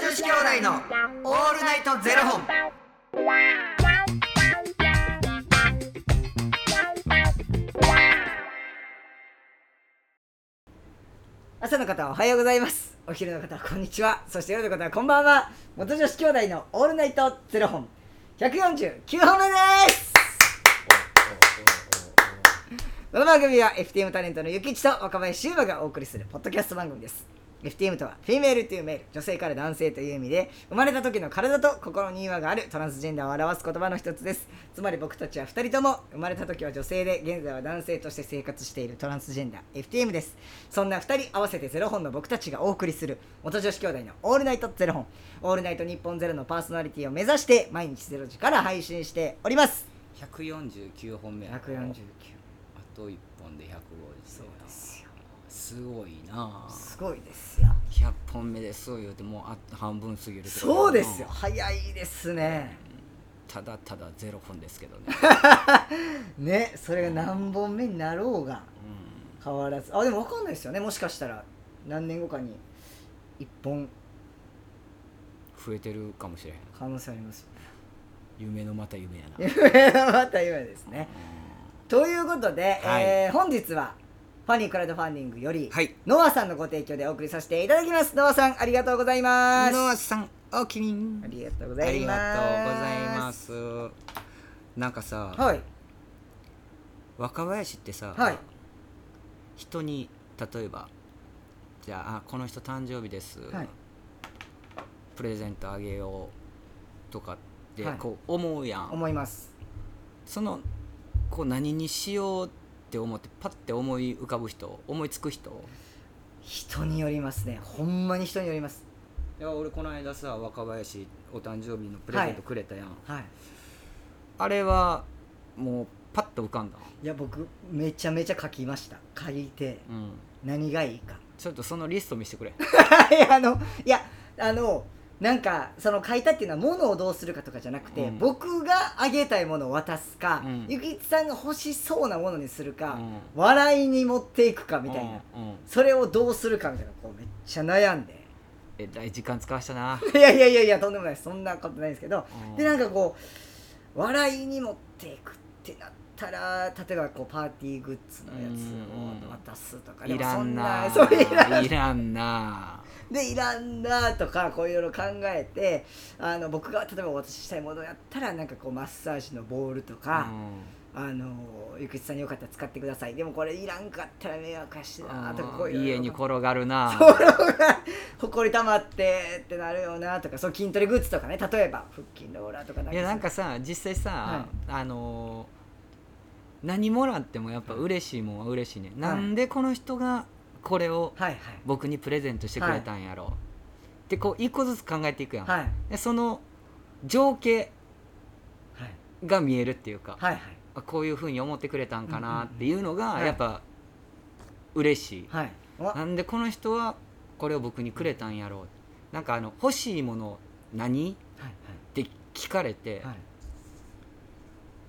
子兄弟のオールナイトゼロ本。朝の方はおはようございますお昼の方はこんにちはそして夜の方はこんばんは元女子兄弟のオールナイトゼロ本149本目ですこの番組は FTM タレントのゆきちと若林修馬がお送りするポッドキャスト番組です FTM とはフィメールというメール女性から男性という意味で生まれた時の体と心に違和があるトランスジェンダーを表す言葉の一つですつまり僕たちは2人とも生まれた時は女性で現在は男性として生活しているトランスジェンダー FTM ですそんな2人合わせてゼロ本の僕たちがお送りする元女子兄弟のオールナイトゼロ本オールナイト日本ゼロのパーソナリティを目指して毎日ゼロ時から配信しております149本目やから149あと1本で150そうですよすごいなあすごいですよ100本目です言うてもうあと半分過ぎるところそうですよ早いですねただただゼロ本ですけど ね、ねそれが何本目になろうがう変わらずあでも分かんないですよねもしかしたら何年後かに1本ん、増えてるかもしれへん可能性あります夢のまた夢やな、よ また今ですねということで、はいえー本日はファニークラウドファンディングより、はいノアさんのご提供でお送りさせていただきますノアさんありがとうございますノアさんおきにんありがとうごあざいりますがとうございますなんかさ、はい若林ってさ、はい人に例えばじゃああこの人誕生日です、はいプレゼントあげようとかってはいこう思うやん、思いますそのこう何にしようって思ってパッて思い浮かぶ人思いつく人人によりますねほんまに人によりますいや俺この間さ若林お誕生日のプレゼントくれたやん、はいあれはもうパッと浮かんだ、いや僕めちゃめちゃ書きました書いてうん、何がいいかちょっとそのリスト見せてく れいやあのいやあのなんかその書いたっていうのは物をどうするかとかじゃなくて、うん僕があげたいものを渡すか、うんゆきちさんが欲しそうなものにするか、うん笑いに持っていくかみたいな、うんうんそれをどうするかみたいなこうめっちゃ悩んで えらい時間使わしたな、いやいやいやいやとんでもないですそんなことないですけど、うんでなんかこう笑いに持っていくってなったら例えばこうパーティーグッズのやつを渡すとかでいもらそんなそれいらんいらんなでいらんなとかこういろいろ考えてあの僕が例えばお渡ししたいものやったらなんかこうマッサージのボールとか、あのゆきちさんによかったら使ってくださいでもこれいらんかったら迷惑やしなとかこううんいろいろ家に転がるなそう ほこり溜まってってなるよなとかそう筋トレグッズとかね例えば腹筋ローラーとかいやなんかさ実際さ、あのー何もらってもやっぱ嬉しいもんは嬉しいね、なんでこの人がこれをはいはい僕にプレゼントしてくれたんやろう、でこう一個ずつ考えていくやん、はいでその情景はいが見えるっていうか、はいはいあこういうふうに思ってくれたんかなっていうのうんうんがうんやっぱ嬉しい、はいおなんでこの人はこれを僕にくれたんやろうなんかあの欲しいもの何はいって聞かれて、はい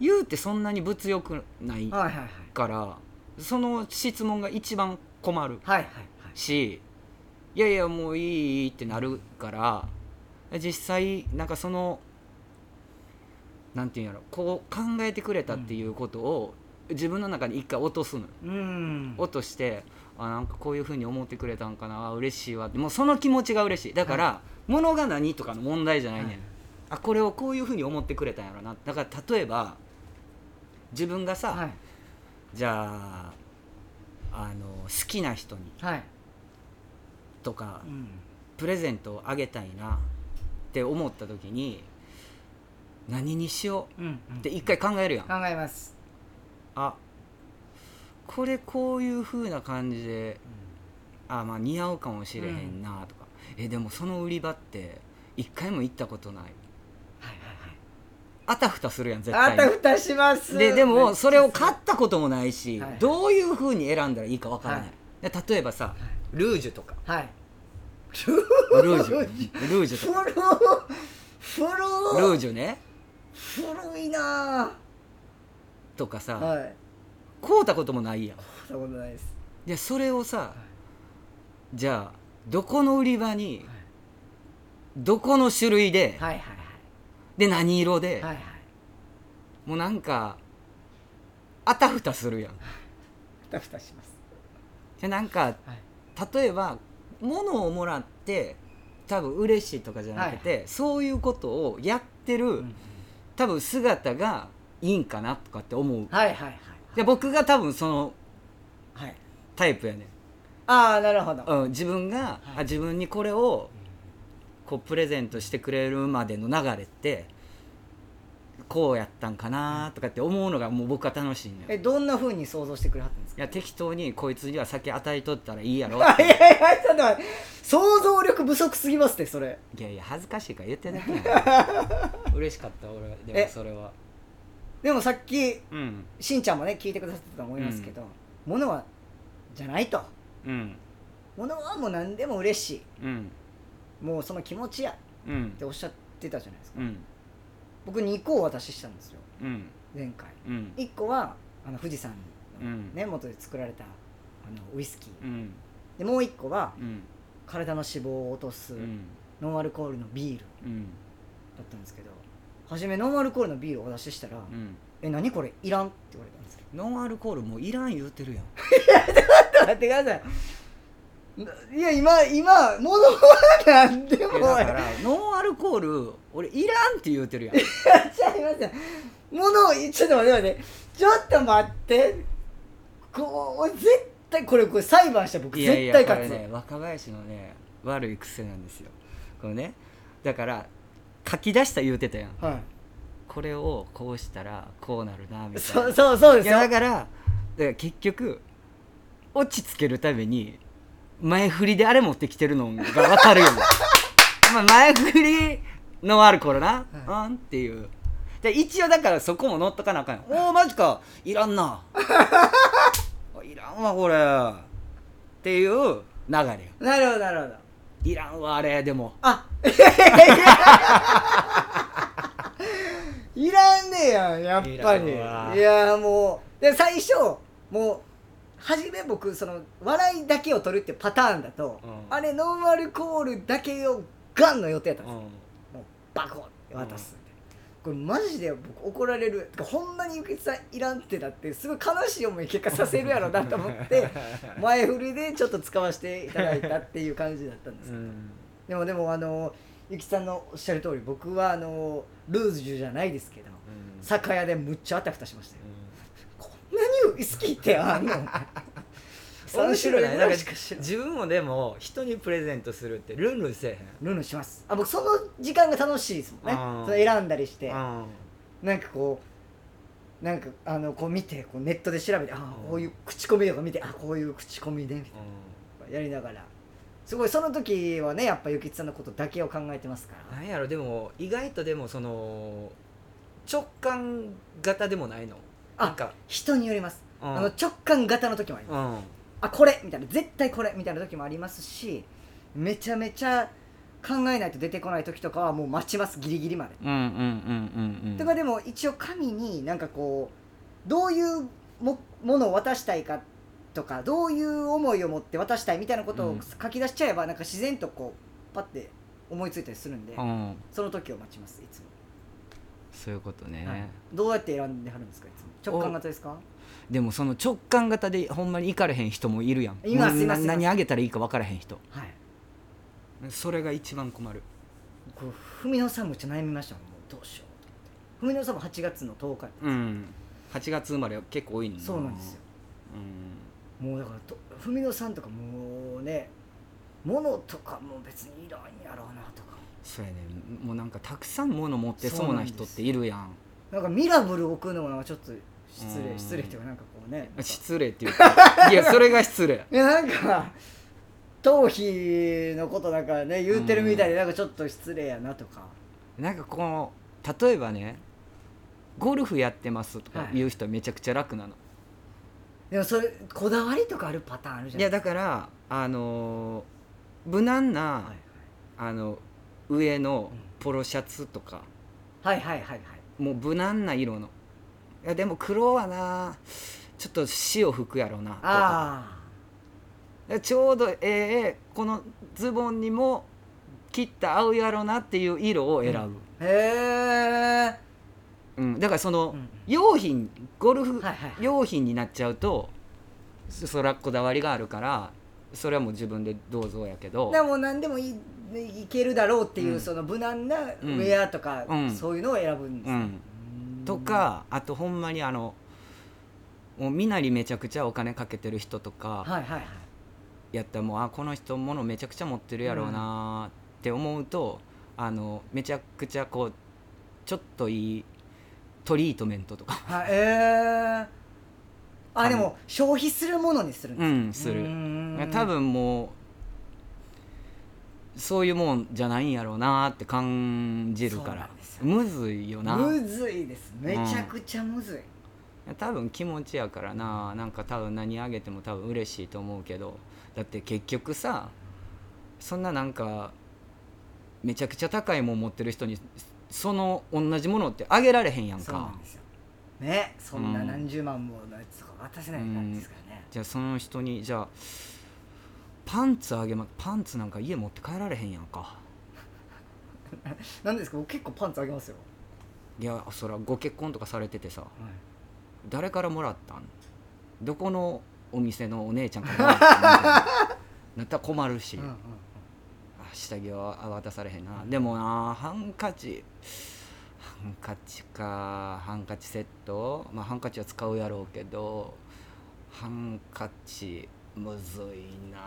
言うてそんなに物欲ないはいはいはいからその質問が一番困るはいはいはいしいやいやもういいってなるから実際なんかそのなんていうんやろこう考えてくれたっていうことを自分の中で一回落とすのようーん落としてあなんかこういうふうに思ってくれたんかなあ嬉しいわってもうその気持ちが嬉しいだから、物が何とかの問題じゃないねん、はいあこれをこういうふうに思ってくれたんやろなだから例えば自分がさ、はいじゃああの好きな人にはいとかうんプレゼントをあげたいなって思った時に何にしようんうって一回考えるやん考えますあこれこういう風な感じであまあ似合うかもしれへんなとか、えでもその売り場って一回も行ったことないあたふたするやん絶あた対ふたしますにででもそれを買カッったこともないし、はいどういう風に選んだらいいかわからない、はで例えばさルージュとか はいルージュルージュとか古ル古ージュね古いなとかさ、ぁはい買うたこともないやんそんなことないですでそれをさ、じゃあどこの売り場にどこの種類で、はいはいはで何色いで、はいはいもうなんかあたふたするやんふたふたしますじゃなんかはい例えば物をもらって多分嬉しいとかじゃなくて、そういうことをやってる、ん多分姿がいいんかなとかって思うはいはいはいで僕が多分そのはいタイプやねんああなるほどうん、自分が、あ自分にこれをこうプレゼントしてくれるまでの流れってこうやったんかなとかって思うのがもう僕は楽しいんだえよどんな風に想像してくれはったんですいかや適当にこいつには酒与えとったらい いやろあいやいやちょっと待って想像力不足すぎますってそれいやいや恥ずかしいから 言ってなきゃ嬉しかった俺はでえもそれはでもさっきうんしんちゃんもね聞いてくださってたと思いますけど、物はじゃないとうん物はもう何でも嬉しうんいもうその気持ちやうんっておっしゃってたじゃないですかうん僕2個を渡ししたんですようん前回うん1個はあの富士山うの、んね元で作られたあのウイスキーうんでもう1個はうん体の脂肪を落とすうんノンアルコールのビールうんだったんですけど初めノンアルコールのビールをお出ししたら「うんえ何これいらん」って言われたんですけど ノンアルコールもういらん言うてるやんちょっと待ってくださいいや今今物は何でもいやだからノンアルコール俺いらんって言うてるや んやっちゃいますよ物をちょっと待って待ってちょっと待ってこう絶対これこれ裁判したら僕いやい絶や対勝つこれね若林のね悪い癖なんですよこのねだから書き出した言うてたやんはこれをこうしたらこうなるなみい、たいそなうそうそうでいすやよだからだから結局落ち着けるために前振りであれ持ってきてるのが分か るよまあ前振りのある頃な、うんっていうで一応だからそこも乗っとかなあかんよおおマジかいら んなおいらんわこれっていう流れよなるほどなるほどいらんわあれでも あいやいやいやいらんねえやんやっぱりいらんわいやもうで最初もう初め僕その笑いだけを取るっていうパターンだと、うんあれノンアルコールだけをガンの予定だったんうですよ、んもうバコって渡すみたいな、これマジで僕怒られるてかほんなにゆきつさんいらんってだってすごい悲しい思い結果させるやろなと思って 前振りでちょっと使わせていただいたっていう感じだったんですけどうんでもでもあのゆきさんのおっしゃる通り僕はあのルーズじゃないですけど酒屋でむっちゃあたふたしましたよ、こんなにウイスキーってあんの 面3種白い類ねぐなんらかいしか知らない自分もでも人にプレゼントするってルンルンせえへんルンルンしますあ僕その時間が楽しいですもんねうんその選んだりしてうんなんかこうなんかあのこう見てこうネットで調べてああうんこういう口コミとか見てあこういう口コミでみたいなやりながらすごいその時はねやっぱゆきつさんのことだけを考えてますからなんやろでも意外とでもその直感型でもないのあなんか、人によりますうあの直感型の時もありますうんあこれみたいな絶対これみたいな時もありますしめちゃめちゃ考えないと出てこない時とかはもう待ちますギリギリまで。うんうんうんうんうんとかでも一応神になんかこうどういうもものを渡したいかとかどういう思いを持って渡したいみたいなことうをん書き出しちゃえばなんか自然とこうパッて思いついたりするんでうんその時を待ちますいつも、そういうことね、はいどうやって選んではるんですかいつも直感型ですかでもその直感型でほんまに行かれへん人もいるやんいますもういますまないす何あげたらいいか分からへん人はいそれが一番困るこう文野さんもめっちゃ悩みましたもんもうどうしようと思って文野さんも8月の10日うん8月生まれは結構多いのそうなんですようもうだからと文野さんとかもうね物とかもう別にいらんやろうなとかんそうやねもうなんかたくさん物持ってそうな人っているやんなんかミラブル置くのはちょっと失う礼ん失礼っていうかなんかこうねなんか失礼っていうかいやそれが失礼いやなんか頭皮のことなんかね言うてるみたいでなんかちょっと失礼やなとか なんかこの例えばねゴルフやってますとかはい言う人はめちゃくちゃ楽なの、でもそれこだわりとかあるパターンあるじゃい、ないやでだからあのー無難な、すかあの上のうんポロシャツとか、はいはいはいはいはいもう無難な色のいやでも黒はなちょっと塩吹くやろなとかあでちょうどええこのズボンにも切った合うやろなっていう色を選ぶ、へえうんだからその、うん用品ゴルフはいはいはい用品になっちゃうとそそらこだわりがあるからそれはもう自分でどうぞやけどでも何でもいいいけるだろうっていう、うんその無難なウェアとか、うんそういうのを選ぶんですうね、ん、とかあとほんまにあのもう身なりめちゃくちゃお金かけてる人とかはいはいはいやったらもうあこの人物めちゃくちゃ持ってるやろうなーって思うと、あのめちゃくちゃこうちょっといいトリートメントとかはいえー、あのでも消費するものにするんうですんするうーん多分もうそういうもんじゃないんやろうなーって感じるかそうならんですよむずいよなむずいですめちゃくちゃむずい、多分気持ちやからななんか多分何あげても多分嬉しいと思うけどだって結局さそんななんかめちゃくちゃ高いもん持ってる人にその同じものってあげられへんやんそうなかんですよねそんなうん何十万ものやつとか渡せないなんですからね、じゃあその人にじゃあパンツあげまパンツなんか家持って帰られへんやんかなんですけど僕結構パンツあげますよ、いやそらご結婚とかされててさ誰からもらったんどこのお店のお姉ちゃ んからもらったんみたいななったら困るし、うんうんうんあ下着は渡されへんなでもなハンカチハンカチかハンカチセットまあハンカチは使うやろうけどハンカチむずいな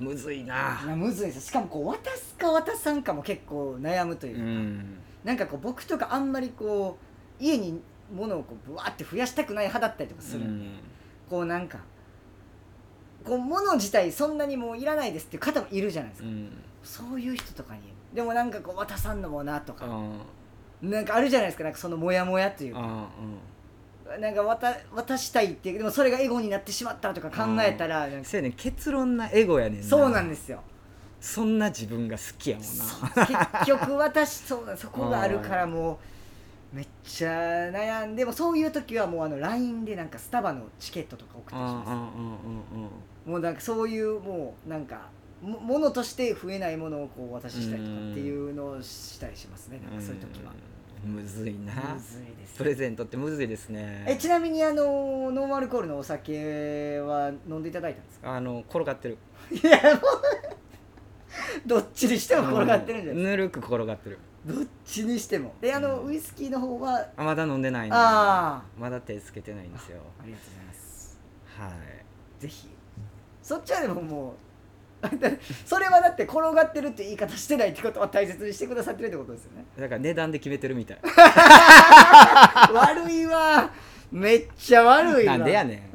むずいいなやむずいですしかもこう渡すか渡さんかも結構悩むといううか、んなんかこう僕とかあんまりこう家に物をこうぶわって増やしたくない派だったりとかする、うんこうなんかこう物自体そんなにもういらないですっていう方もいるじゃないですうか、んそういう人とかにでもなんかこう渡さんのもなとうか、んなんかあるじゃないですかなんかそのモヤモヤといううか、んなんか渡渡したいってでもそれがエゴになってしまったとか考えたら、なんかせやねん結論なエゴやねんなそうなんですよそんな自分が好きやもんなそう結局私そうだそこがあるからもうめっちゃ悩んでもそういう時はもうあの LINE でなんかスタバのチケットとか送ってうきんうんうまんうんうんすもうなんかそういうもうなんかもものとして増えないものをこうお渡ししたりとかっていうのをしたりしますねなんかそういう時はうんむずいなむずいですプレゼントってむずいですねえちなみにあのノンアルコールのお酒は飲んでいただいたんですかあの転がってるいやもうどっちにしても転がってるんじゃないでぬるく転がってるすかどっちにしてもであのうんウイスキーの方はあまだ飲んでないんであまだ手つけてないんですよありがとうございますはいぜひそっちはでももう それはだって転がってるって言い方してないってことは大切にしてくださってるってことですよねだから値段で決めて るみたい 悪いわめっちゃ悪いわなんでやね ん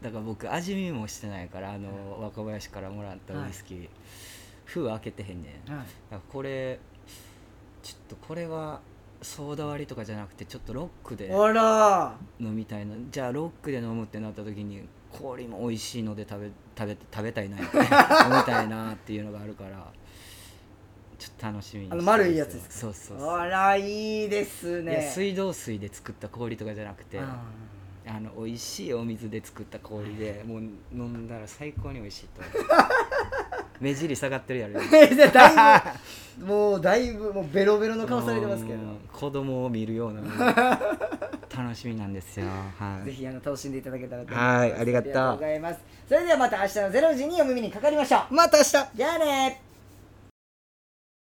だから僕味見もしてないからあの若林からもらったウイスキー、封開けてへんねんだからこれちょっとこれはソーダ割りとかじゃなくてちょっとロックであら飲みたいなじゃあロックで飲むってなった時に氷も美味しいので食べ食べ食べたいな飲 みたいなっていうのがあるからちょっと楽しみにあの丸いやつですかそうそうそうあら、いいですいやね。水道水で作った氷とかじゃなくてああ ーの美味しいお水で作った氷でもう飲んだら最高に美味しい と思う目尻下がってるやろだい ぶもうだいぶもうベロベロの顔されてますけどうん子供を見るような楽しみなんですよはいぜひあの楽しんでいただけたらと思いますはいありがとうありがとうございますそれではまた明日の0時にお耳にかかりましょうまた明日じゃあね